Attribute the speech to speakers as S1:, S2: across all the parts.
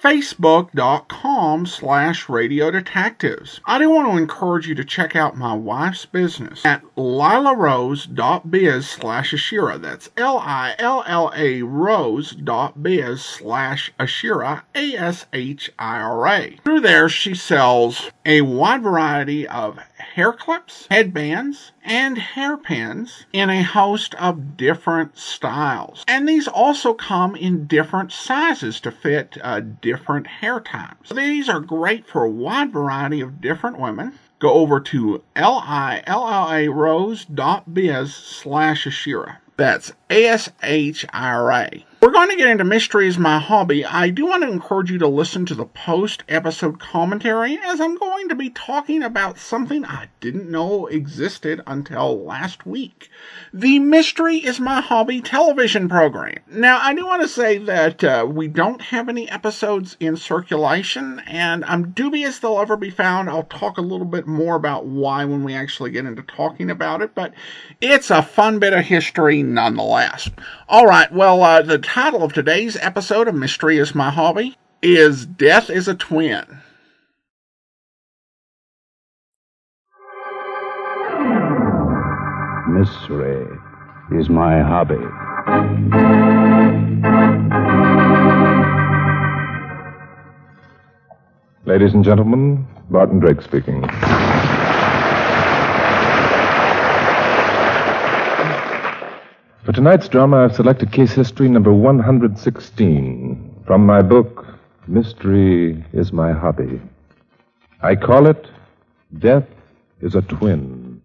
S1: facebook.com slash radio detectives i do want to encourage you to check out my wife's business at lilarose.biz slash ashira that's l-i-l-l-a rose.biz slash ashira a-s-h-i-r-a through there she sells a wide variety of hair clips headbands and hairpins in a host of different styles and these also come in different sizes to fit uh, different hair types. These are great for a wide variety of different women. Go over to lillarose.biz slash Ashira. That's A-S-H-I-R-A. We're going to get into mystery as my hobby. I do want to encourage you to listen to the post episode commentary as I'm going to be talking about something I didn't know existed until last week. The Mystery is My Hobby television program. Now, I do want to say that uh, we don't have any episodes in circulation, and I'm dubious they'll ever be found. I'll talk a little bit more about why when we actually get into talking about it, but it's a fun bit of history nonetheless. All right, well, uh, the title of today's episode of Mystery is My Hobby is Death is a Twin.
S2: Mystery is my hobby.
S3: Ladies and gentlemen, Barton Drake speaking. For tonight's drama, I've selected case history number 116 from my book, Mystery is My Hobby. I call it Death is a Twin.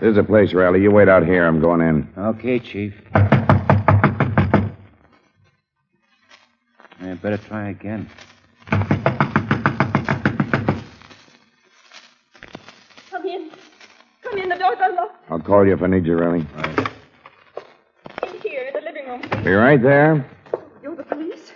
S4: This is the place, Riley. You wait out here. I'm going in.
S5: Okay, Chief. I better try again.
S6: Come in. Come in. The door's unlocked.
S4: I'll call you if I need you, Riley.
S6: In here, in the living room.
S4: Be right there.
S6: You're the police?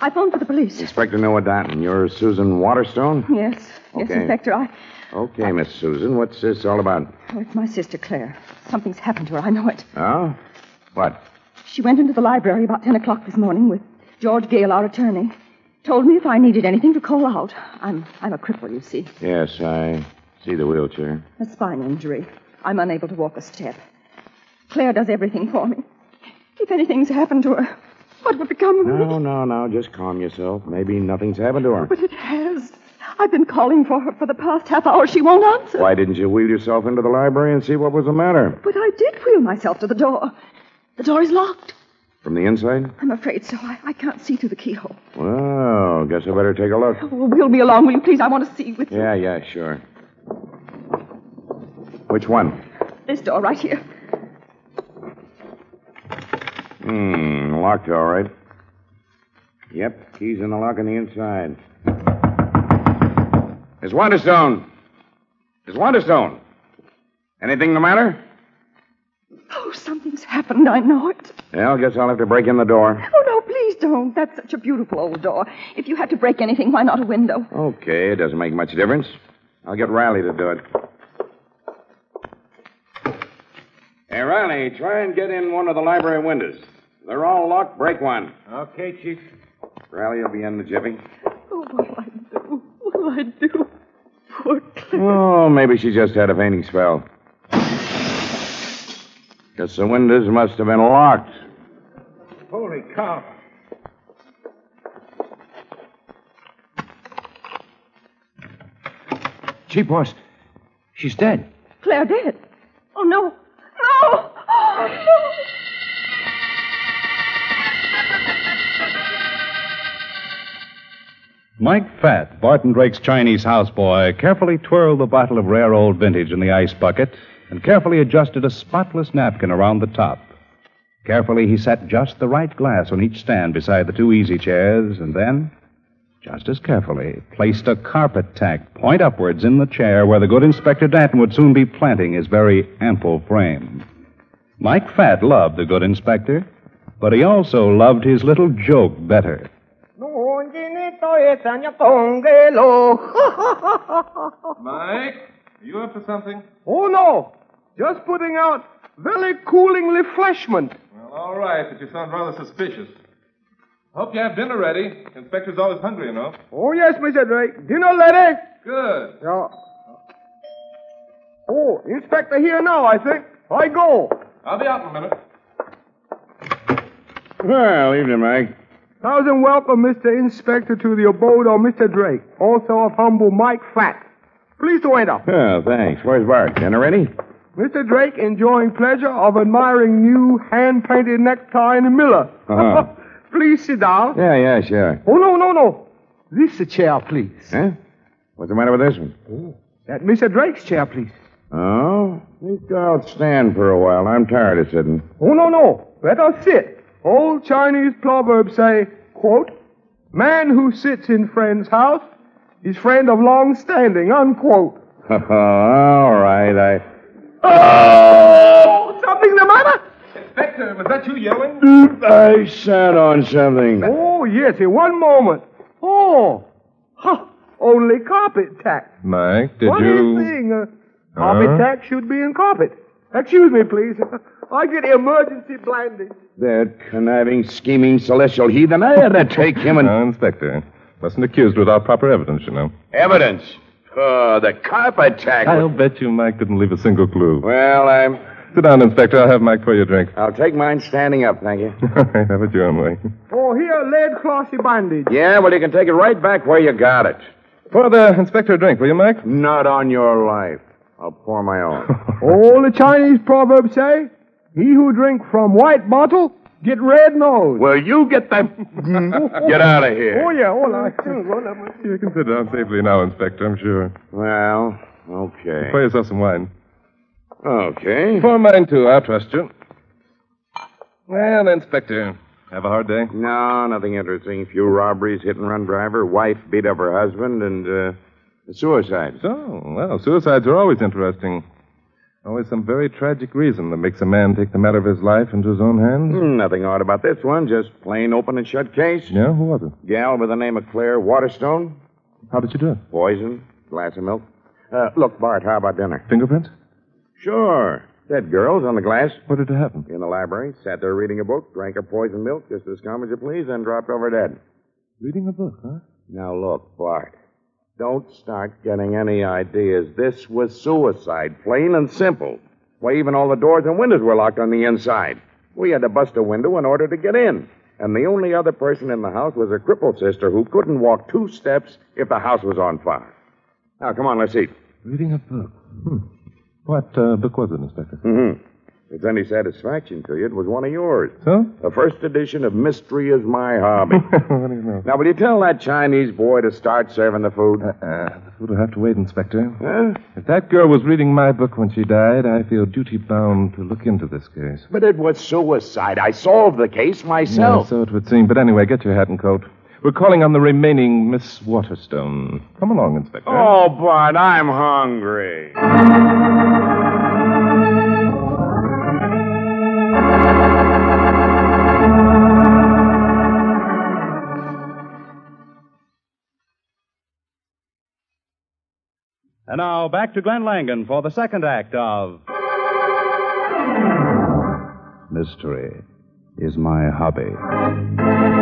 S6: I phoned for the police.
S4: Inspector Noah Danton. You're Susan Waterstone?
S6: Yes. Yes,
S4: Okay.
S6: Inspector. I.
S4: Okay, Miss Susan. What's this all about?
S6: Oh, it's my sister, Claire. Something's happened to her. I know it.
S4: Oh? What?
S6: She went into the library about 10 o'clock this morning with George Gale, our attorney. Told me if I needed anything to call out. I'm, I'm a cripple, you see.
S4: Yes, I see the wheelchair.
S6: A spine injury. I'm unable to walk a step. Claire does everything for me. If anything's happened to her, what would become of me?
S4: No, no, no. Just calm yourself. Maybe nothing's happened to her.
S6: But it has. I've been calling for her for the past half hour. She won't answer.
S4: Why didn't you wheel yourself into the library and see what was the matter?
S6: But I did wheel myself to the door. The door is locked.
S4: From the inside?
S6: I'm afraid so. I, I can't see through the keyhole.
S4: Well, guess I better take a look.
S6: Oh, wheel me along, will you please? I want to see with
S4: Yeah, yeah, sure. Which one?
S6: this door right here.
S4: Hmm, locked all right. Yep, keys in the lock on the inside. Miss Wanderstone! Miss Wanderstone! Anything the matter?
S6: Oh, something's happened. I know it.
S4: Well, guess I'll have to break in the door.
S6: Oh, no, please don't. That's such a beautiful old door. If you had to break anything, why not a window?
S4: Okay, it doesn't make much difference. I'll get Riley to do it. Hey, Riley, try and get in one of the library windows. They're all locked. Break one.
S5: Okay, Chief.
S4: Riley will be in the jiffy.
S6: Oh, what'll I do? What'll I do? Poor Claire.
S4: Oh, maybe she just had a fainting spell. Guess the windows must have been locked.
S5: Holy cow. Chief, boss. She's dead.
S6: Claire dead. Oh, no. No! Oh, no!
S3: Mike Fatt, Barton Drake's Chinese houseboy, carefully twirled the bottle of rare old vintage in the ice bucket and carefully adjusted a spotless napkin around the top. Carefully, he set just the right glass on each stand beside the two easy chairs, and then
S2: just as carefully, placed a carpet tack point upwards in the chair where the good Inspector Danton would soon be planting his very ample frame. Mike Fat loved the good inspector, but he also loved his little joke better.
S3: Mike, are you up for something?
S7: Oh, no. Just putting out very cooling refreshment.
S3: Well, all right, but you sound rather suspicious. Hope you have dinner ready. Inspector's always hungry, you know.
S7: Oh, yes, Mr. Drake. Dinner lady.
S3: Good.
S7: Yeah. Oh, Inspector here now, I think. I go.
S3: I'll be out in a minute.
S4: Well, evening, Mike.
S7: Thousand welcome, Mr. Inspector, to the abode of Mr. Drake, also of humble Mike Fat. Please to enter.
S4: Oh, thanks. Where's Bart? Dinner ready?
S7: Mr. Drake enjoying pleasure of admiring new hand-painted necktie in the mirror.
S4: Uh-huh.
S7: please sit down.
S4: Yeah, yeah, sure.
S7: Oh, no, no, no. This a chair, please.
S4: Huh? What's the matter with this one?
S7: That Mr. Drake's chair, please.
S4: Oh, think I'll stand for a while. I'm tired of sitting.
S7: Oh, no, no. Let us sit. Old Chinese proverbs say, quote, man who sits in friend's house is friend of long standing, unquote.
S4: all right, I. Ah!
S7: Oh! Something the matter?
S3: Inspector, was that you yelling?
S4: I sat on something.
S7: Oh, yes, in one moment. Oh, huh, only carpet tack.
S3: Mike, did
S7: Funny
S3: you.
S7: thing, uh, carpet
S3: Huh?
S7: tack should be in carpet. Excuse me, please. I get emergency blinding.
S4: That conniving, scheming, celestial heathen. I had to take him and.
S3: Now, Uh, Inspector, wasn't accused without proper evidence, you know.
S4: Evidence. Oh, the carpet tack.
S3: I'll bet you Mike didn't leave a single clue.
S4: Well, I'm.
S3: Sit down, Inspector. I'll have Mike pour you a drink.
S4: I'll take mine standing up, thank you.
S3: have it your own way.
S7: Oh, here, lead cloth bandage.
S4: Yeah, well, you can take it right back where you got it.
S3: Pour the inspector a drink, will you, Mike?
S4: Not on your life. I'll pour my own.
S3: Oh,
S7: All the Chinese proverbs say, he who drink from white bottle, get red nose.
S4: Will you get the. get out of here.
S7: oh, yeah, all right.
S3: You can sit down safely now, Inspector, I'm sure.
S4: Well, okay.
S3: Pour yourself some wine.
S4: Okay.
S3: Pour mine, too. I'll trust you. Well, Inspector, have a hard day.
S4: No, nothing interesting. Few robberies, hit and run driver, wife beat up her husband, and uh, suicide.
S3: So, well, suicides are always interesting. Always some very tragic reason that makes a man take the matter of his life into his own hands.
S4: Hmm, Nothing odd about this one. Just plain open and shut case.
S3: Yeah, who was it?
S4: Gal by the name of Claire Waterstone.
S3: How did you do it?
S4: Poison. Glass of milk. Uh, look, Bart, how about dinner?
S3: Fingerprints?
S4: Sure. Dead girls on the glass.
S3: What did it happen?
S4: In the library, sat there reading a book, drank her poison milk, just as calm as you please, then dropped over dead.
S3: Reading a book, huh?
S4: Now look, Bart. Don't start getting any ideas. This was suicide, plain and simple. Why, even all the doors and windows were locked on the inside. We had to bust a window in order to get in. And the only other person in the house was her crippled sister who couldn't walk two steps if the house was on fire. Now, come on, let's eat.
S3: Reading a book. Hmm. What uh, book was it, Inspector?
S4: Mm-hmm. If any satisfaction to you, it was one of yours.
S3: So?
S4: The first edition of Mystery is My Hobby.
S3: what do you know?
S4: now, will you tell that Chinese boy to start serving the food?
S3: Uh, this will have to wait, Inspector.
S4: Huh?
S3: If that girl was reading my book when she died, I feel duty bound to look into this case.
S4: But it was suicide. I solved the case
S3: Yeah,
S4: myself.
S3: so it would seem. But anyway, get your hat and coat. We're calling on the remaining Miss Waterstone. Come along, Inspector.
S4: Oh, Bart, I'm hungry.
S5: And now back to Glenn Langan for the second act of.
S2: Mystery is my hobby.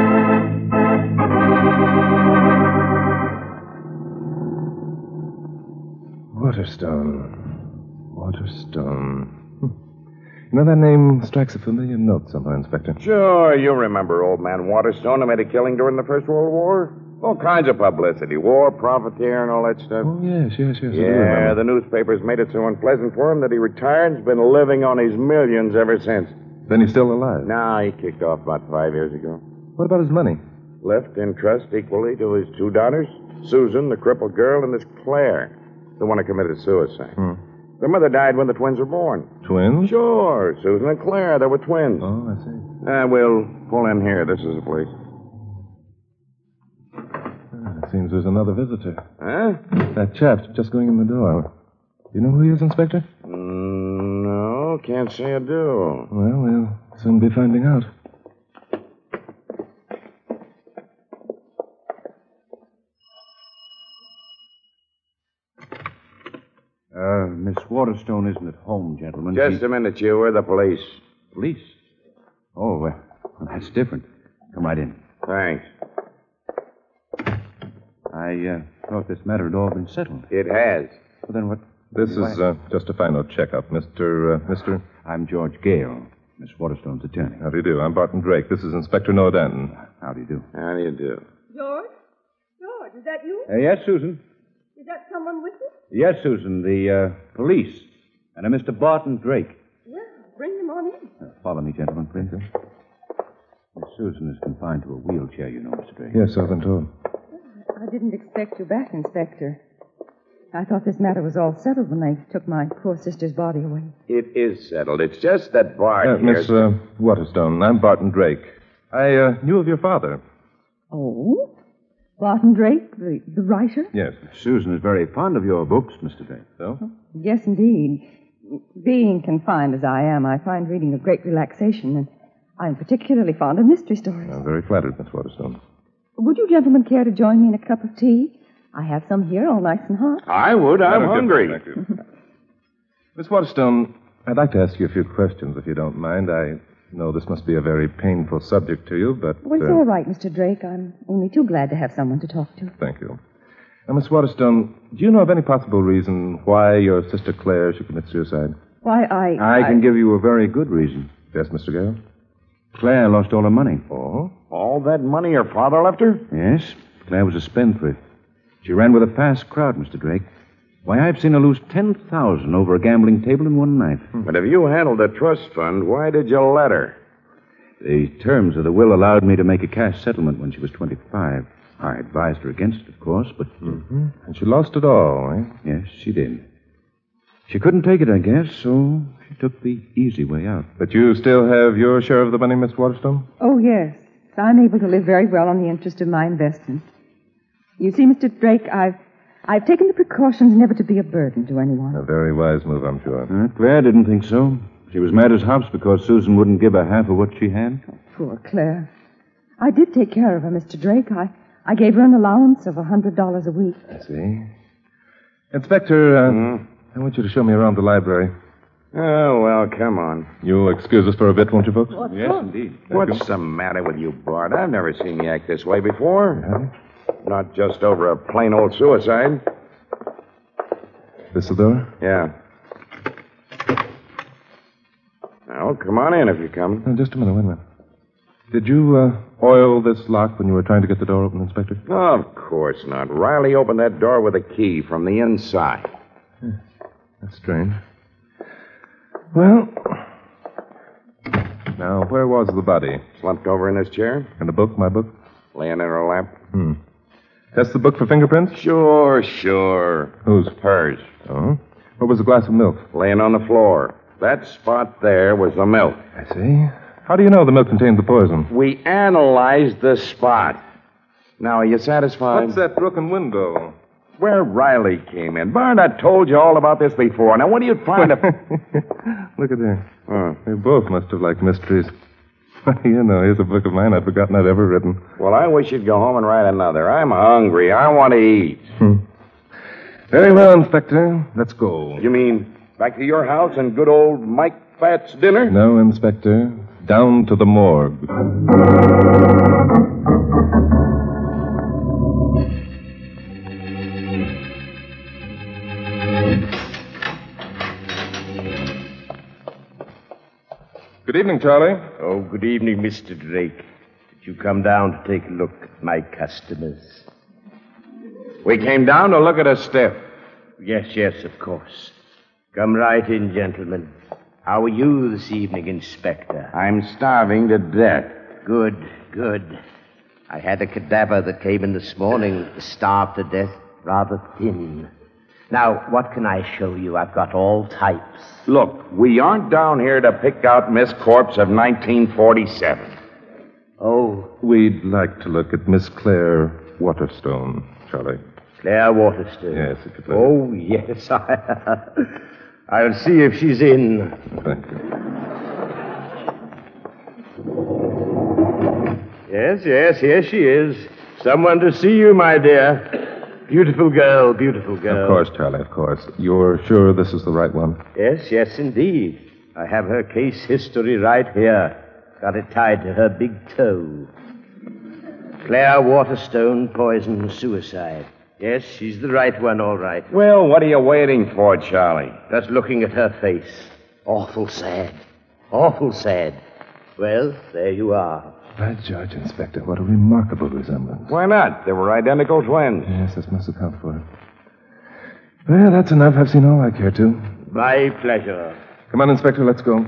S3: Waterstone. Waterstone. Hmm. You know, that name strikes a familiar note somewhere, Inspector.
S4: Sure, you remember old man Waterstone who made a killing during the First World War? All kinds of publicity. War, profiteer, and all that stuff.
S3: Oh, yes, yes, yes. I do
S4: yeah,
S3: remember.
S4: the newspapers made it so unpleasant for him that he retired and's been living on his millions ever since.
S3: Then he's still alive.
S4: Now he kicked off about five years ago.
S3: What about his money?
S4: Left in trust equally to his two daughters, Susan, the crippled girl, and this Claire, the one who committed suicide.
S3: Hmm.
S4: Their mother died when the twins were born.
S3: Twins?
S4: Sure, Susan and Claire. They were twins.
S3: Oh, I see.
S4: Uh, we'll pull in here. This is the place.
S3: Seems there's another visitor.
S4: Huh?
S3: That chap's just going in the door. Do you know who he is, Inspector?
S4: Mm, no, can't say I do.
S3: Well, we'll soon be finding out.
S5: Uh, Miss Waterstone isn't at home, gentlemen.
S4: Just a minute, you. We're the police.
S5: Police. Oh, well, that's different. Come right in.
S4: Thanks.
S5: I uh, thought this matter had all been settled.
S4: It has.
S5: Well, then what?
S3: This is uh, just a final checkup, Mr. Uh, Mr.
S5: I'm George Gale, Miss Waterstone's attorney.
S3: How do you do? I'm Barton Drake. This is Inspector Nordan.
S5: How do you do?
S4: How do you do?
S6: George? George, is that you?
S5: Uh, yes, Susan.
S6: Is that someone with you?
S5: Yes, Susan. The uh, police and a Mr. Barton Drake.
S6: Well, bring them on in.
S5: Uh, follow me, gentlemen, please. Miss Susan is confined to a wheelchair, you know, Mr. Drake.
S3: Yes, I've been told.
S6: I didn't expect you back, Inspector. I thought this matter was all settled when they took my poor sister's body away.
S4: It is settled. It's just that Bart
S3: Uh,
S4: here.
S3: Miss uh, Waterstone, I'm Barton Drake. I uh, knew of your father.
S6: Oh? Barton Drake, the, the writer?
S3: Yes.
S5: Susan is very fond of your books, Mr. Drake.
S3: So?
S6: Yes, indeed. Being confined as I am, I find reading a great relaxation, and I'm particularly fond of mystery stories.
S5: Oh.
S3: I'm very flattered, Miss Waterstone.
S6: Would you gentlemen care to join me in a cup of tea? I have some here, all nice and hot.
S4: I would. I'm
S3: Madam
S4: hungry.
S3: Deputy, thank you. Miss Waterstone, I'd like to ask you a few questions, if you don't mind. I know this must be a very painful subject to you, but.
S6: Well, it's
S3: uh,
S6: all right, Mr. Drake. I'm only too glad to have someone to talk to.
S3: Thank you. Now, Miss Waterstone, do you know of any possible reason why your sister Claire should commit suicide?
S6: Why, I.
S5: I can give you a very good reason.
S3: Yes, Mr. Gale?
S5: Claire lost all her money.
S3: Oh?
S4: All that money your father left her?
S5: Yes, Claire was a spendthrift. She ran with a fast crowd, Mr. Drake. Why, I've seen her lose 10000 over a gambling table in one night.
S4: Hmm. But if you handled a trust fund, why did you let her?
S5: The terms of the will allowed me to make a cash settlement when she was 25. I advised her against it, of course, but
S4: Hmm.
S3: And she lost it all, eh?
S5: yes, she did. She couldn't take it, I guess, so she took the easy way out.
S3: But you still have your share of the money, Miss Waterstone?
S6: Oh, yes. I'm able to live very well on the interest of my investment. You see, Mr. Drake, I've, I've taken the precautions never to be a burden to anyone.
S3: A very wise move, I'm sure.
S5: Uh, Claire didn't think so. She was mad as hops because Susan wouldn't give her half of what she had.
S6: Poor Claire. I did take care of her, Mr. Drake. I, I gave her an allowance of a $100 a week.
S3: I see. Inspector, uh, I want you to show me around the library.
S4: Oh, well, come on.
S3: You'll excuse us for a bit, won't you, folks?
S5: Yes, indeed.
S4: What's the matter with you, Bart? I've never seen you act this way before. Not just over a plain old suicide.
S3: This door?
S4: Yeah. Well, come on in if you come.
S3: Oh, just a minute, wait a minute. Did you uh, oil this lock when you were trying to get the door open, Inspector?
S4: Oh, of course not. Riley opened that door with a key from the inside.
S3: That's strange. Well, now, where was the body?
S4: Slumped over in his chair,
S3: In the book, my book?
S4: laying in her lap.
S3: Test the book for fingerprints?
S4: Sure, sure.
S3: Whose?
S4: Hers.
S3: Oh. What was the glass of milk?
S4: Laying on the floor. That spot there was the milk.
S3: I see. How do you know the milk contained the poison?
S4: We analyzed the spot. Now, are you satisfied?
S3: that broken window?
S4: Where Riley came in. Barnard told you all about this before. Now, what are you trying to.
S3: Look at there.
S4: Hmm.
S3: They both must have liked mysteries. you know, here's a book of mine I'd forgotten I'd ever written.
S4: Well, I wish you'd go home and write another. I'm hungry. I want to eat.
S3: Very well, Inspector. Let's go.
S4: You mean back to your house and good old Mike Fat's dinner?
S3: No, Inspector. Down to the morgue. Good evening, Charlie.
S8: Oh, good evening, Mr. Drake. Did you come down to take a look at my customers?
S4: We came down to look at a stiff.
S8: Yes, yes, of course. Come right in, gentlemen. How are you this evening, Inspector?
S4: I'm starving to death.
S8: Good, good. I had a cadaver that came in this morning that was starved to death, rather thin. Now, what can I show you? I've got all types.
S4: Look, we aren't down here to pick out Miss Corpse of 1947.
S8: Oh,
S3: We'd like to look at Miss Claire Waterstone. Charlie.
S8: Claire Waterston.
S3: Yes, if you'd like.
S8: Oh, yes. I, I'll see if she's in.
S3: Thank you.
S8: Yes, yes, here she is. Someone to see you, my dear. Beautiful girl, beautiful girl.
S3: Of course, Charlie, of course. You're sure this is the right one?
S8: Yes, yes, indeed. I have her case history right here. Got it tied to her big toe. Claire Waterstone, poison, suicide. Yes, she's the right one, all right.
S5: Well, what are you waiting for, Charlie?
S8: Just looking at her face. Awful sad. Awful sad. Well, there you are.
S3: By George, Inspector, what a remarkable resemblance.
S5: Why not? They were identical twins.
S3: Yes, this must account for it. Well, that's enough. I've seen all I care to.
S8: My pleasure.
S3: Come on, Inspector, let's go.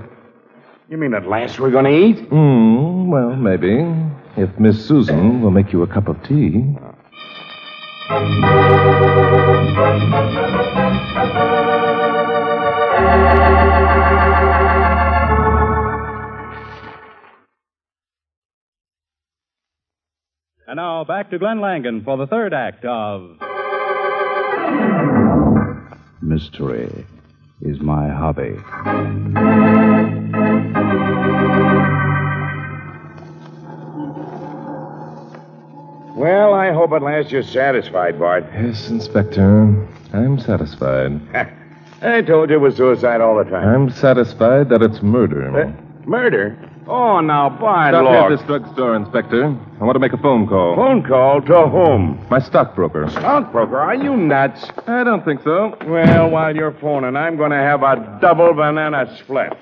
S5: You mean at last we're going to eat?
S3: Hmm, well, maybe. If Miss Susan will make you a cup of tea.
S2: And now back to Glenn Langan for the third act of Mystery is my hobby.
S4: Well, I hope at last you're satisfied, Bart.
S3: Yes, Inspector. I'm satisfied.
S4: I told you it was suicide all the time.
S3: I'm satisfied that it's murder.
S4: Murder? Oh, now, Bart,
S3: Stop
S4: look.
S3: here at this drugstore, Inspector. I want to make a phone call.
S4: Phone call to whom?
S3: My stockbroker.
S4: Stockbroker, are you nuts?
S2: Uh,
S3: I don't think so.
S4: Well, while you're phoning, I'm going to have a double banana split.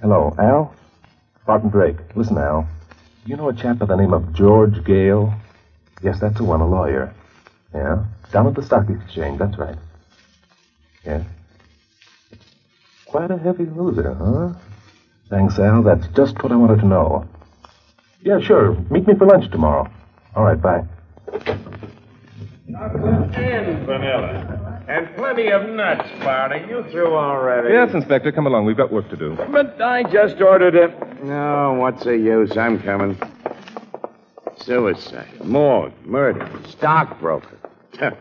S3: Hello, Al? Barton Drake. Listen, Al. You know a chap by the name of George Gale? Yes, that's the one, a lawyer. Yeah? Down at the Stock Exchange, that's right. Yeah? Quite a heavy loser, huh? Thanks, Al. That's just what I wanted to know. Yeah, sure. Meet me for lunch tomorrow. All right, bye.
S4: And vanilla. And plenty of nuts, Bart. Are you through already?
S3: Inspector, come along. We've got work to do.
S4: But I just ordered it. No, what's the use? I'm coming. Suicide, morgue, murder, stockbroker. Huh.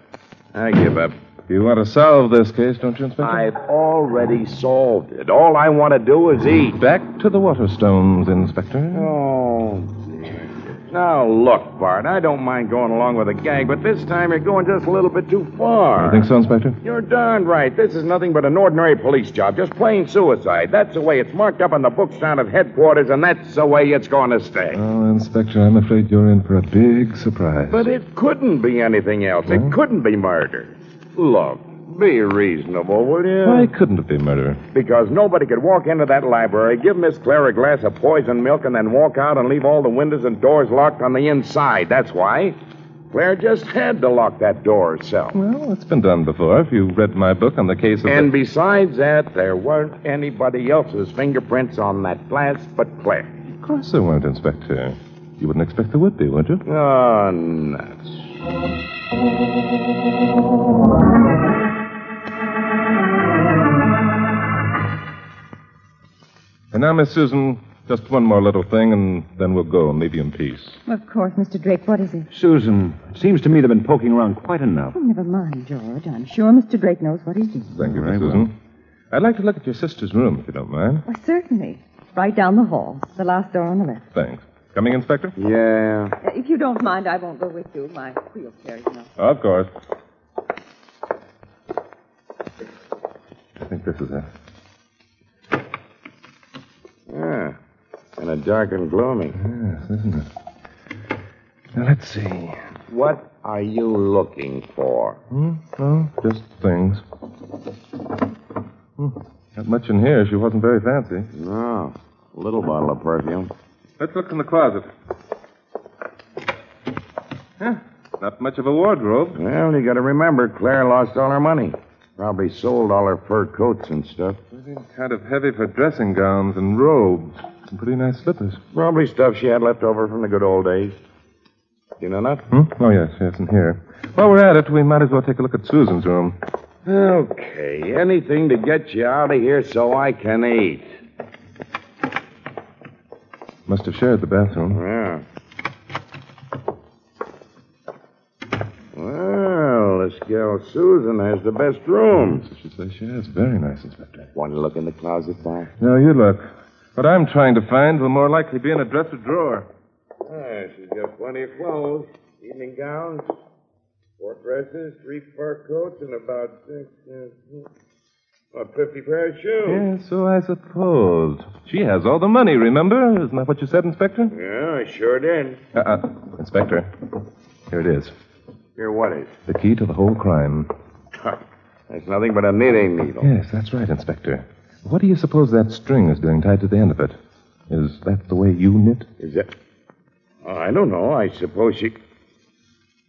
S4: I give up.
S3: You want to solve this case, don't you, Inspector?
S4: I've already solved it. All I want to do is eat.
S3: Back to the Waterstones, Inspector.
S4: Oh, dear. Now, look, Bart, I don't mind going along with a gag, but this time you're going just a little bit too far.
S3: You think so, Inspector?
S4: You're darn right. This is nothing but an ordinary police job, just plain suicide. That's the way it's marked up on the books down at headquarters, and that's the way it's going to stay.
S3: Oh, Inspector, I'm afraid you're in for a big surprise.
S4: But it couldn't be anything else.
S3: Uh-huh.
S4: It couldn't be murder. Look, be reasonable, will you?
S3: Why couldn't it be murder?
S4: Because nobody could walk into that library, give Miss Claire a glass of poison milk, and then walk out and leave all the windows and doors locked on the inside. That's why. Claire just had to lock that door herself.
S3: Well, it's been done before. If you read my book on the case of.
S4: And besides that, there weren't anybody else's fingerprints on that glass but Claire.
S3: the... Of course there weren't, Inspector. You wouldn't expect there would be, would you?
S4: Oh, nuts.
S3: And now, Miss Susan, just one more little thing, and then we'll go and leave you in peace.
S6: Of course, Mr. Drake. What is it?
S5: Susan, it seems to me they've been poking around quite enough.
S6: Oh, never mind, George. I'm sure Mr. Drake knows what he's doing.
S3: Thank you, Miss Susan. I'd like to look at your sister's room, if you don't mind.
S6: Why, certainly. Right down the hall, the last door on the left.
S3: Thanks. Coming, Inspector?
S4: Yeah.
S6: Uh, If you don't mind, I won't go with you. My wheel carries enough.
S3: Of course. I think this is it.
S4: Yeah. Kind of dark and gloomy.
S3: Yes, isn't it? Now, let's see.
S4: What are you looking for?
S3: Hmm? No, just things. Hmm. Not much in here. She wasn't very fancy.
S4: No. Oh, A little bottle of perfume.
S3: Let's look in the closet. Huh. Not much of a wardrobe.
S4: Well, you gotta remember, Claire lost all her money. Probably sold all her fur coats and stuff.
S3: Everything kind of heavy for dressing gowns and robes. Some pretty nice slippers.
S4: Probably stuff she had left over from the good old days. You know that?
S3: Hmm? Oh, yes, yes, in here. While we're at it, we might as well take a look at Susan's room.
S4: Okay, anything to get you out of here so I can eat.
S3: Must have shared the bathroom.
S4: Yeah. Well, this gal Susan has the best rooms.
S3: She says she is. Very nice, Inspector.
S4: Want to look in the closet, Doc?
S3: No, you look. What I'm trying to find will more likely be in a dresser drawer.
S4: Ah, she's got plenty of clothes. Evening gowns, four dresses, three fur coats, and about six, uh, about 50 pair of shoes.
S3: Yeah, so I supposed. She has all the money, remember? Isn't that what you said, Inspector?
S4: Yeah, I sure did.
S3: Uh-uh. Inspector, here it is.
S4: Here, what is?
S3: The key to the whole crime.
S4: That's nothing but a knitting needle.
S3: Yes, that's right, Inspector. What do you suppose that string is doing tied to the end of it? Is that the way you knit?
S4: Is that? I don't know. I suppose she.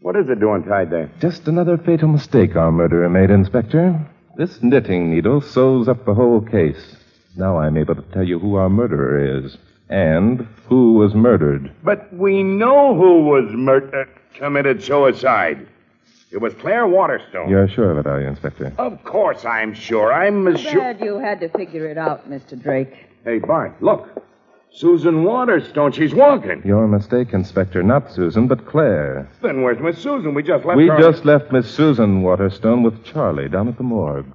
S4: What is it doing tied there?
S3: Just another fatal mistake our murderer made, Inspector. This knitting needle sews up the whole case. Now I'm able to tell you who our murderer is and who was murdered.
S4: But we know who was murdered, committed suicide. It was Claire Waterstone.
S3: You're sure of it, are you, Inspector?
S4: Of course, I'm sure. I'm as sure.
S6: Glad you had to figure it out, Mr. Drake.
S4: Hey, Bart, look. Susan Waterstone. She's walking.
S3: Your mistake, Inspector. Not Susan, but Claire.
S4: Then where's Miss Susan? We just left
S3: we
S4: her.
S3: just left Miss Susan Waterstone with Charlie down at the morgue.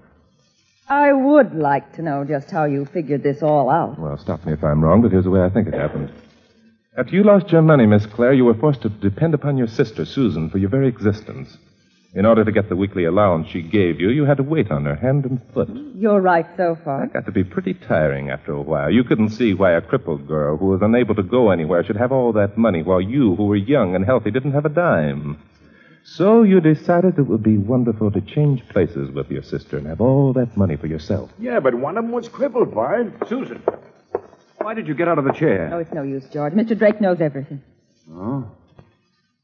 S6: I would like to know just how you figured this all out.
S3: Well, stop me if I'm wrong, but here's the way I think it happened. After you lost your money, Miss Claire, you were forced to depend upon your sister, Susan, for your very existence. In order to get the weekly allowance she gave you, you had to wait on her hand and foot.
S6: You're right so far.
S3: That got to be pretty tiring after a while. You couldn't see why a crippled girl who was unable to go anywhere should have all that money, while you, who were young and healthy, didn't have a dime. So you decided it would be wonderful to change places with your sister and have all that money for yourself.
S4: Yeah, but one of them was crippled, Bart. Susan.
S5: Why did you get out of the chair?
S6: Oh, it's no use, George. Mr. Drake knows everything.
S5: Oh,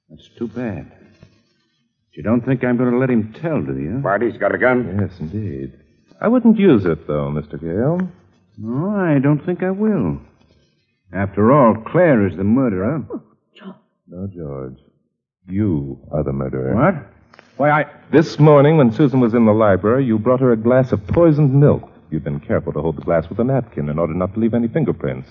S5: that's too bad. But you don't think I'm going to let him tell, do you?
S4: Barty's got a gun.
S3: Yes, indeed. I wouldn't use it, though, Mr. Gale.
S5: No, I don't think I will. After all, Claire is the murderer.
S3: No, George. You are the murderer.
S5: What? Why, I.
S3: This morning, when Susan was in the library, you brought her a glass of poisoned milk. You've been careful to hold the glass with a napkin in order not to leave any fingerprints.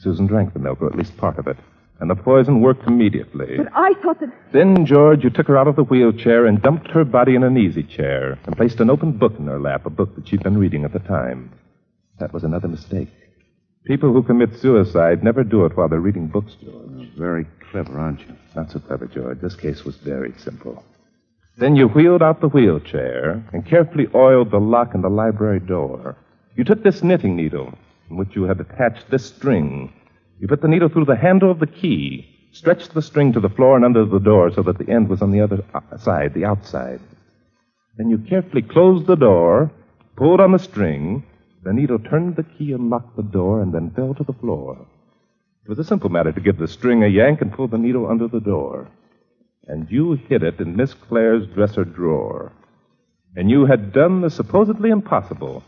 S3: Susan drank the milk, or at least part of it, and the poison worked immediately.
S6: But I thought that.
S3: Then, George, you took her out of the wheelchair and dumped her body in an easy chair and placed an open book in her lap, a book that she'd been reading at the time. That was another mistake. People who commit suicide never do it while they're reading books, George.
S5: Very clever, aren't you?
S3: Not so clever, George. This case was very simple. Then you wheeled out the wheelchair and carefully oiled the lock and the library door. You took this knitting needle, in which you had attached this string. You put the needle through the handle of the key, stretched the string to the floor and under the door so that the end was on the other o- side, the outside. Then you carefully closed the door, pulled on the string, the needle turned the key and locked the door, and then fell to the floor. It was a simple matter to give the string a yank and pull the needle under the door. And you hid it in Miss Clare's dresser drawer. And you had done the supposedly impossible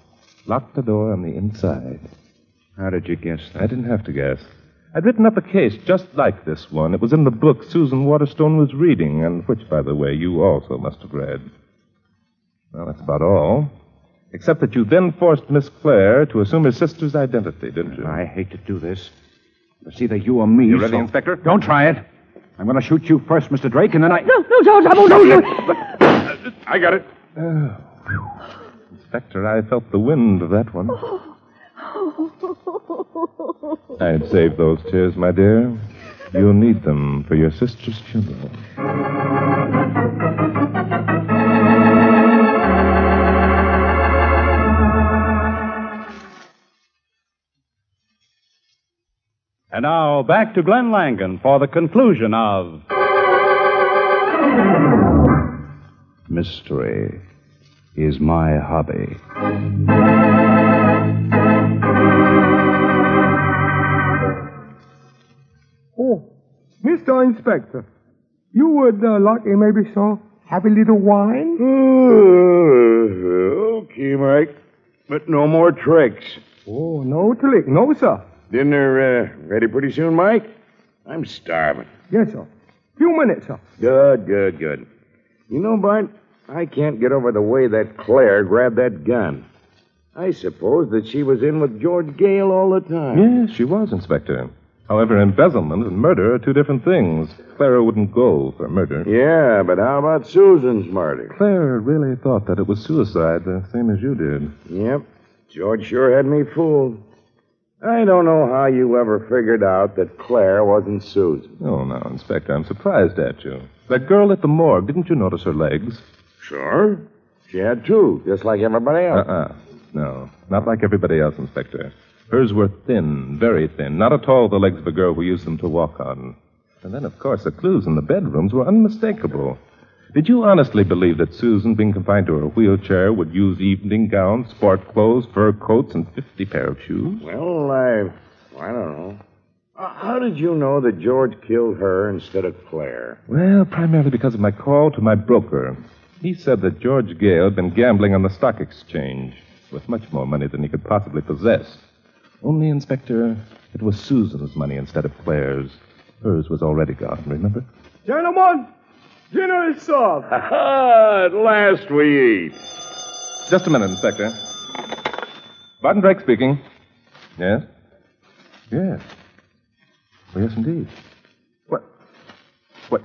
S3: locked the door on the inside.
S5: How did you guess that?
S3: I didn't have to guess. I'd written up a case just like this one. It was in the book Susan Waterstone was reading, and which, by the way, you also must have read. Well, that's about all. Except that you then forced Miss Clare to assume her sister's identity, didn't you?
S5: I hate to do this. It's either you or me.
S3: You ready,
S5: so-
S3: Inspector?
S5: Don't try it. I'm going to shoot you first, Mr. Drake, and then I.
S6: No, no, George, I won't. No,
S4: I got it.
S3: Inspector, I felt the wind of that one. I'd save those tears, my dear. You'll need them for your sister's funeral.
S5: And now back to Glenn Langan for the conclusion of Mystery is my hobby.
S7: Oh, Mr. Inspector, you would uh, like a maybe so happy little wine?
S4: okay, Mike. But no more tricks.
S7: Oh, no, Talik, no, sir.
S4: Dinner uh, ready pretty soon, Mike? I'm starving.
S7: Yes, sir. Few minutes, sir.
S4: Good, good, good. You know, Bart, I can't get over the way that Claire grabbed that gun. I suppose that she was in with George Gale all the time.
S3: Yes, she was, Inspector. However, embezzlement and murder are two different things. Clara wouldn't go for murder.
S4: Yeah, but how about Susan's murder?
S3: Clara really thought that it was suicide, the same as you did.
S4: Yep. George sure had me fooled. I don't know how you ever figured out that Claire wasn't Susan.
S3: Oh, now, Inspector, I'm surprised at you. That girl at the morgue, didn't you notice her legs?
S4: Sure. She had two, just like everybody else.
S3: Uh-uh. No, not like everybody else, Inspector. Hers were thin, very thin, not at all the legs of a girl we used them to walk on. And then, of course, the clues in the bedrooms were unmistakable. Did you honestly believe that Susan, being confined to her wheelchair, would use evening gowns, sport clothes, fur coats, and 50 pair of shoes?
S4: Well, I, I don't know. Uh, How did you know that George killed her instead of Claire?
S3: Well, primarily because of my call to my broker. He said that George Gale had been gambling on the stock exchange with much more money than he could possibly possess. Only, Inspector, it was Susan's money instead of Claire's. Hers was already gone, remember?
S7: Gentlemen, dinner is served.
S4: At last we eat.
S3: Just a minute, Inspector. Barton Drake speaking. Yes? Yes. Oh, yes, indeed. What? What?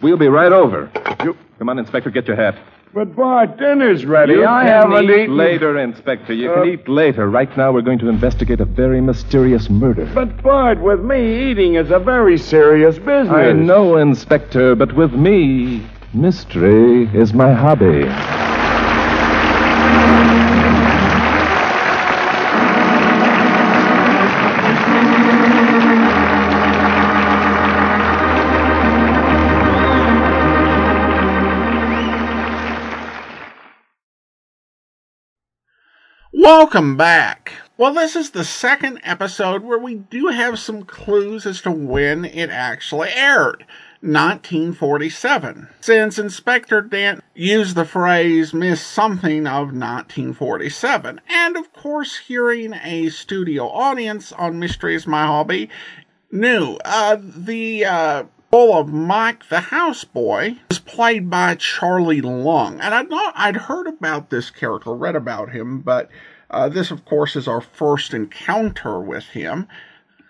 S3: We'll be right over. You... Come on, Inspector, get your hat.
S4: But Bart, dinner's ready.
S3: You
S4: I
S3: can
S4: haven't
S3: eat
S4: eaten.
S3: later, Inspector. You
S4: Uh,
S3: can eat later. Right now, we're going to investigate a very mysterious murder.
S4: But Bart, with me, eating is a very serious business.
S3: I know, Inspector, but with me, mystery is my hobby.
S1: Welcome back. Well, this is the second episode where we do have some clues as to when it actually aired 1947. Since Inspector Dent used the phrase Miss Something of 1947, and of course, hearing a studio audience on Mystery is My Hobby knew. Uh, the uh, role of Mike the houseboy was played by Charlie Long, and I'd not I'd heard about this character, read about him, but uh, this, of course, is our first encounter with him.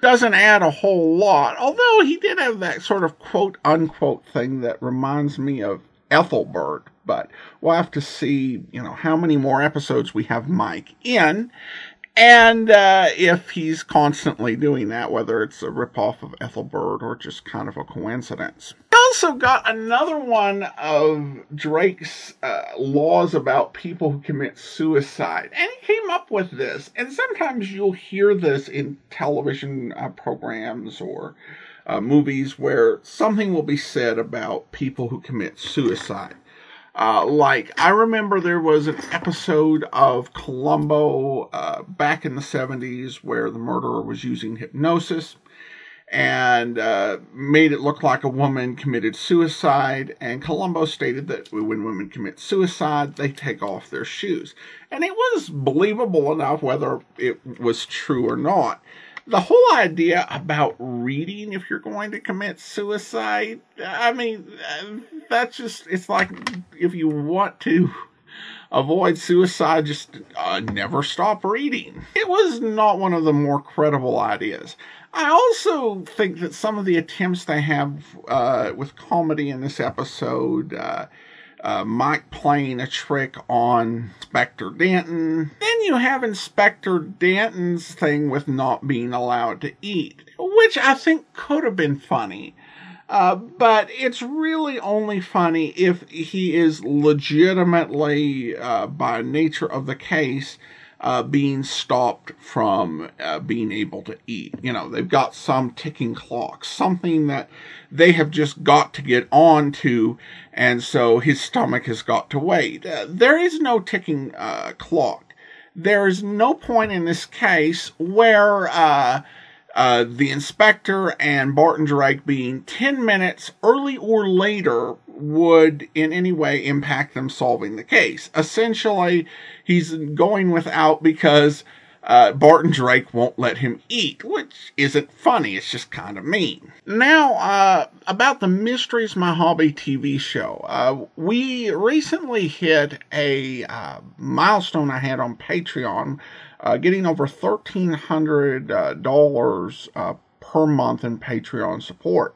S1: Doesn't add a whole lot, although he did have that sort of quote unquote thing that reminds me of Ethelbert. But we'll have to see, you know, how many more episodes we have Mike in. And uh, if he's constantly doing that, whether it's a ripoff of Ethelbert or just kind of a coincidence. I also got another one of Drake's uh, laws about people who commit suicide. And he came up with this. And sometimes you'll hear this in television uh, programs or uh, movies where something will be said about people who commit suicide. Uh, like I remember there was an episode of Columbo uh, back in the 70s where the murderer was using hypnosis and uh, made it look like a woman committed suicide. And Columbo stated that when women commit suicide, they take off their shoes. And it was believable enough whether it was true or not. The whole idea about reading if you're going to commit suicide, I mean, uh, that's just, it's like if you want to avoid suicide, just uh, never stop reading. It was not one of the more credible ideas. I also think that some of the attempts they have uh, with comedy in this episode, uh, uh, Mike playing a trick on Inspector Denton. Then you have Inspector Denton's thing with not being allowed to eat, which I think could have been funny. Uh, but it's really only funny if he is legitimately, uh, by nature of the case, uh, being stopped from uh, being able to eat. You know, they've got some ticking clock, something that they have just got to get on to, and so his stomach has got to wait. Uh, there is no ticking uh, clock. There is no point in this case where. Uh, uh, the inspector and Barton Drake being 10 minutes early or later would in any way impact them solving the case. Essentially, he's going without because Uh, Barton Drake won't let him eat, which isn't funny. It's just kind of mean. Now, uh, about the Mysteries My Hobby TV show. Uh, we recently hit a uh, milestone I had on Patreon, uh, getting over $1,300 uh, per month in Patreon support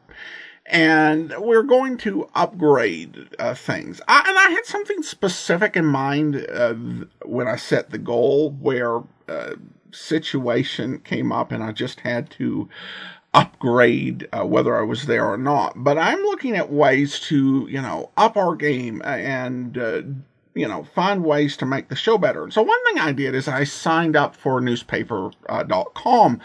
S1: and we're going to upgrade uh, things. I, and I had something specific in mind uh, th- when I set the goal, where uh, situation came up, and I just had to upgrade uh, whether I was there or not. But I'm looking at ways to, you know, up our game and. Uh, you know, find ways to make the show better. And so one thing I did is I signed up for newspaper.com uh, dot com,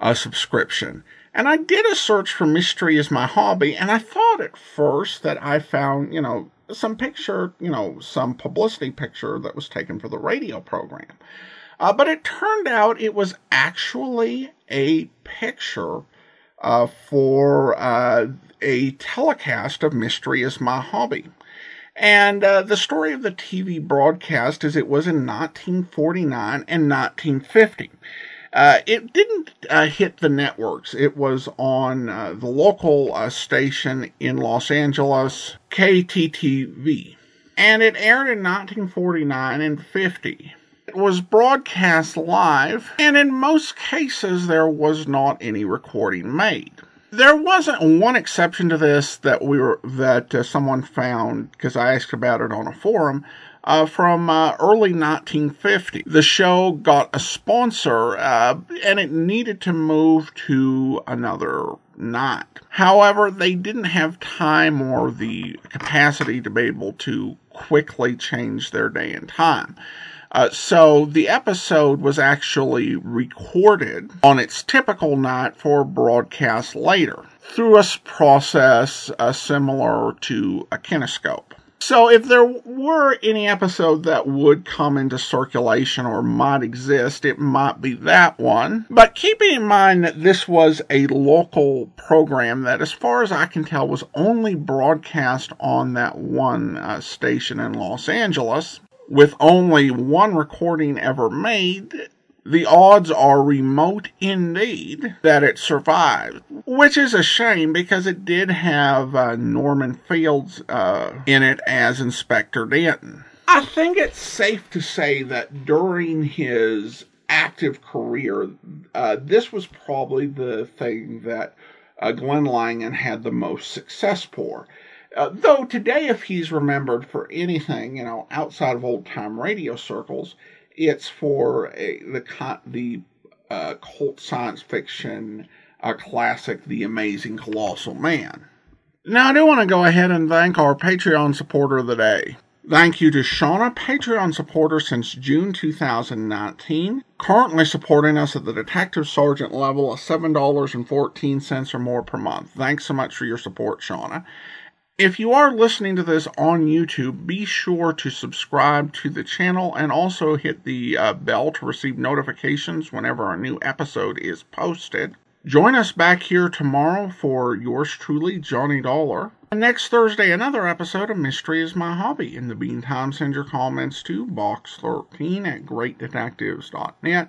S1: uh, subscription. And I did a search for mystery as my hobby, and I thought at first that I found, you know, some picture, you know, some publicity picture that was taken for the radio program. Uh, but it turned out it was actually a picture uh, for uh, a telecast of Mystery is My Hobby. And uh, the story of the TV broadcast is it was in 1949 and 1950. Uh, it didn't uh, hit the networks. It was on uh, the local uh, station in Los Angeles, KTTV. And it aired in 1949 and 50. It was broadcast live, and in most cases, there was not any recording made. There wasn't one exception to this that we were that uh, someone found because I asked about it on a forum uh, from uh, early 1950. The show got a sponsor uh, and it needed to move to another night. However, they didn't have time or the capacity to be able to quickly change their day and time. Uh, so the episode was actually recorded on its typical night for broadcast later through a s- process uh, similar to a kinescope. So, if there were any episode that would come into circulation or might exist, it might be that one. But keeping in mind that this was a local program that, as far as I can tell, was only broadcast on that one uh, station in Los Angeles, with only one recording ever made, the odds are remote indeed that it survived, which is a shame because it did have uh, Norman Fields uh, in it as Inspector Denton. I think it's safe to say that during his active career, uh, this was probably the thing that uh, Glenn Langan had the most success for. Uh, though today, if he's remembered for anything, you know, outside of old time radio circles, it's for a, the con- the uh, cult science fiction uh, classic, The Amazing Colossal Man. Now, I do want to go ahead and thank our Patreon supporter of the day. Thank you to Shauna, Patreon supporter since June 2019, currently supporting us at the Detective Sergeant level at $7.14 or more per month. Thanks so much for your support, Shauna. If you are listening to this on YouTube, be sure to subscribe to the channel and also hit the uh, bell to receive notifications whenever a new episode is posted. Join us back here tomorrow for yours truly, Johnny Dollar. And next Thursday, another episode of Mystery is My Hobby. In the meantime, send your comments to box13 at greatdetectives.net.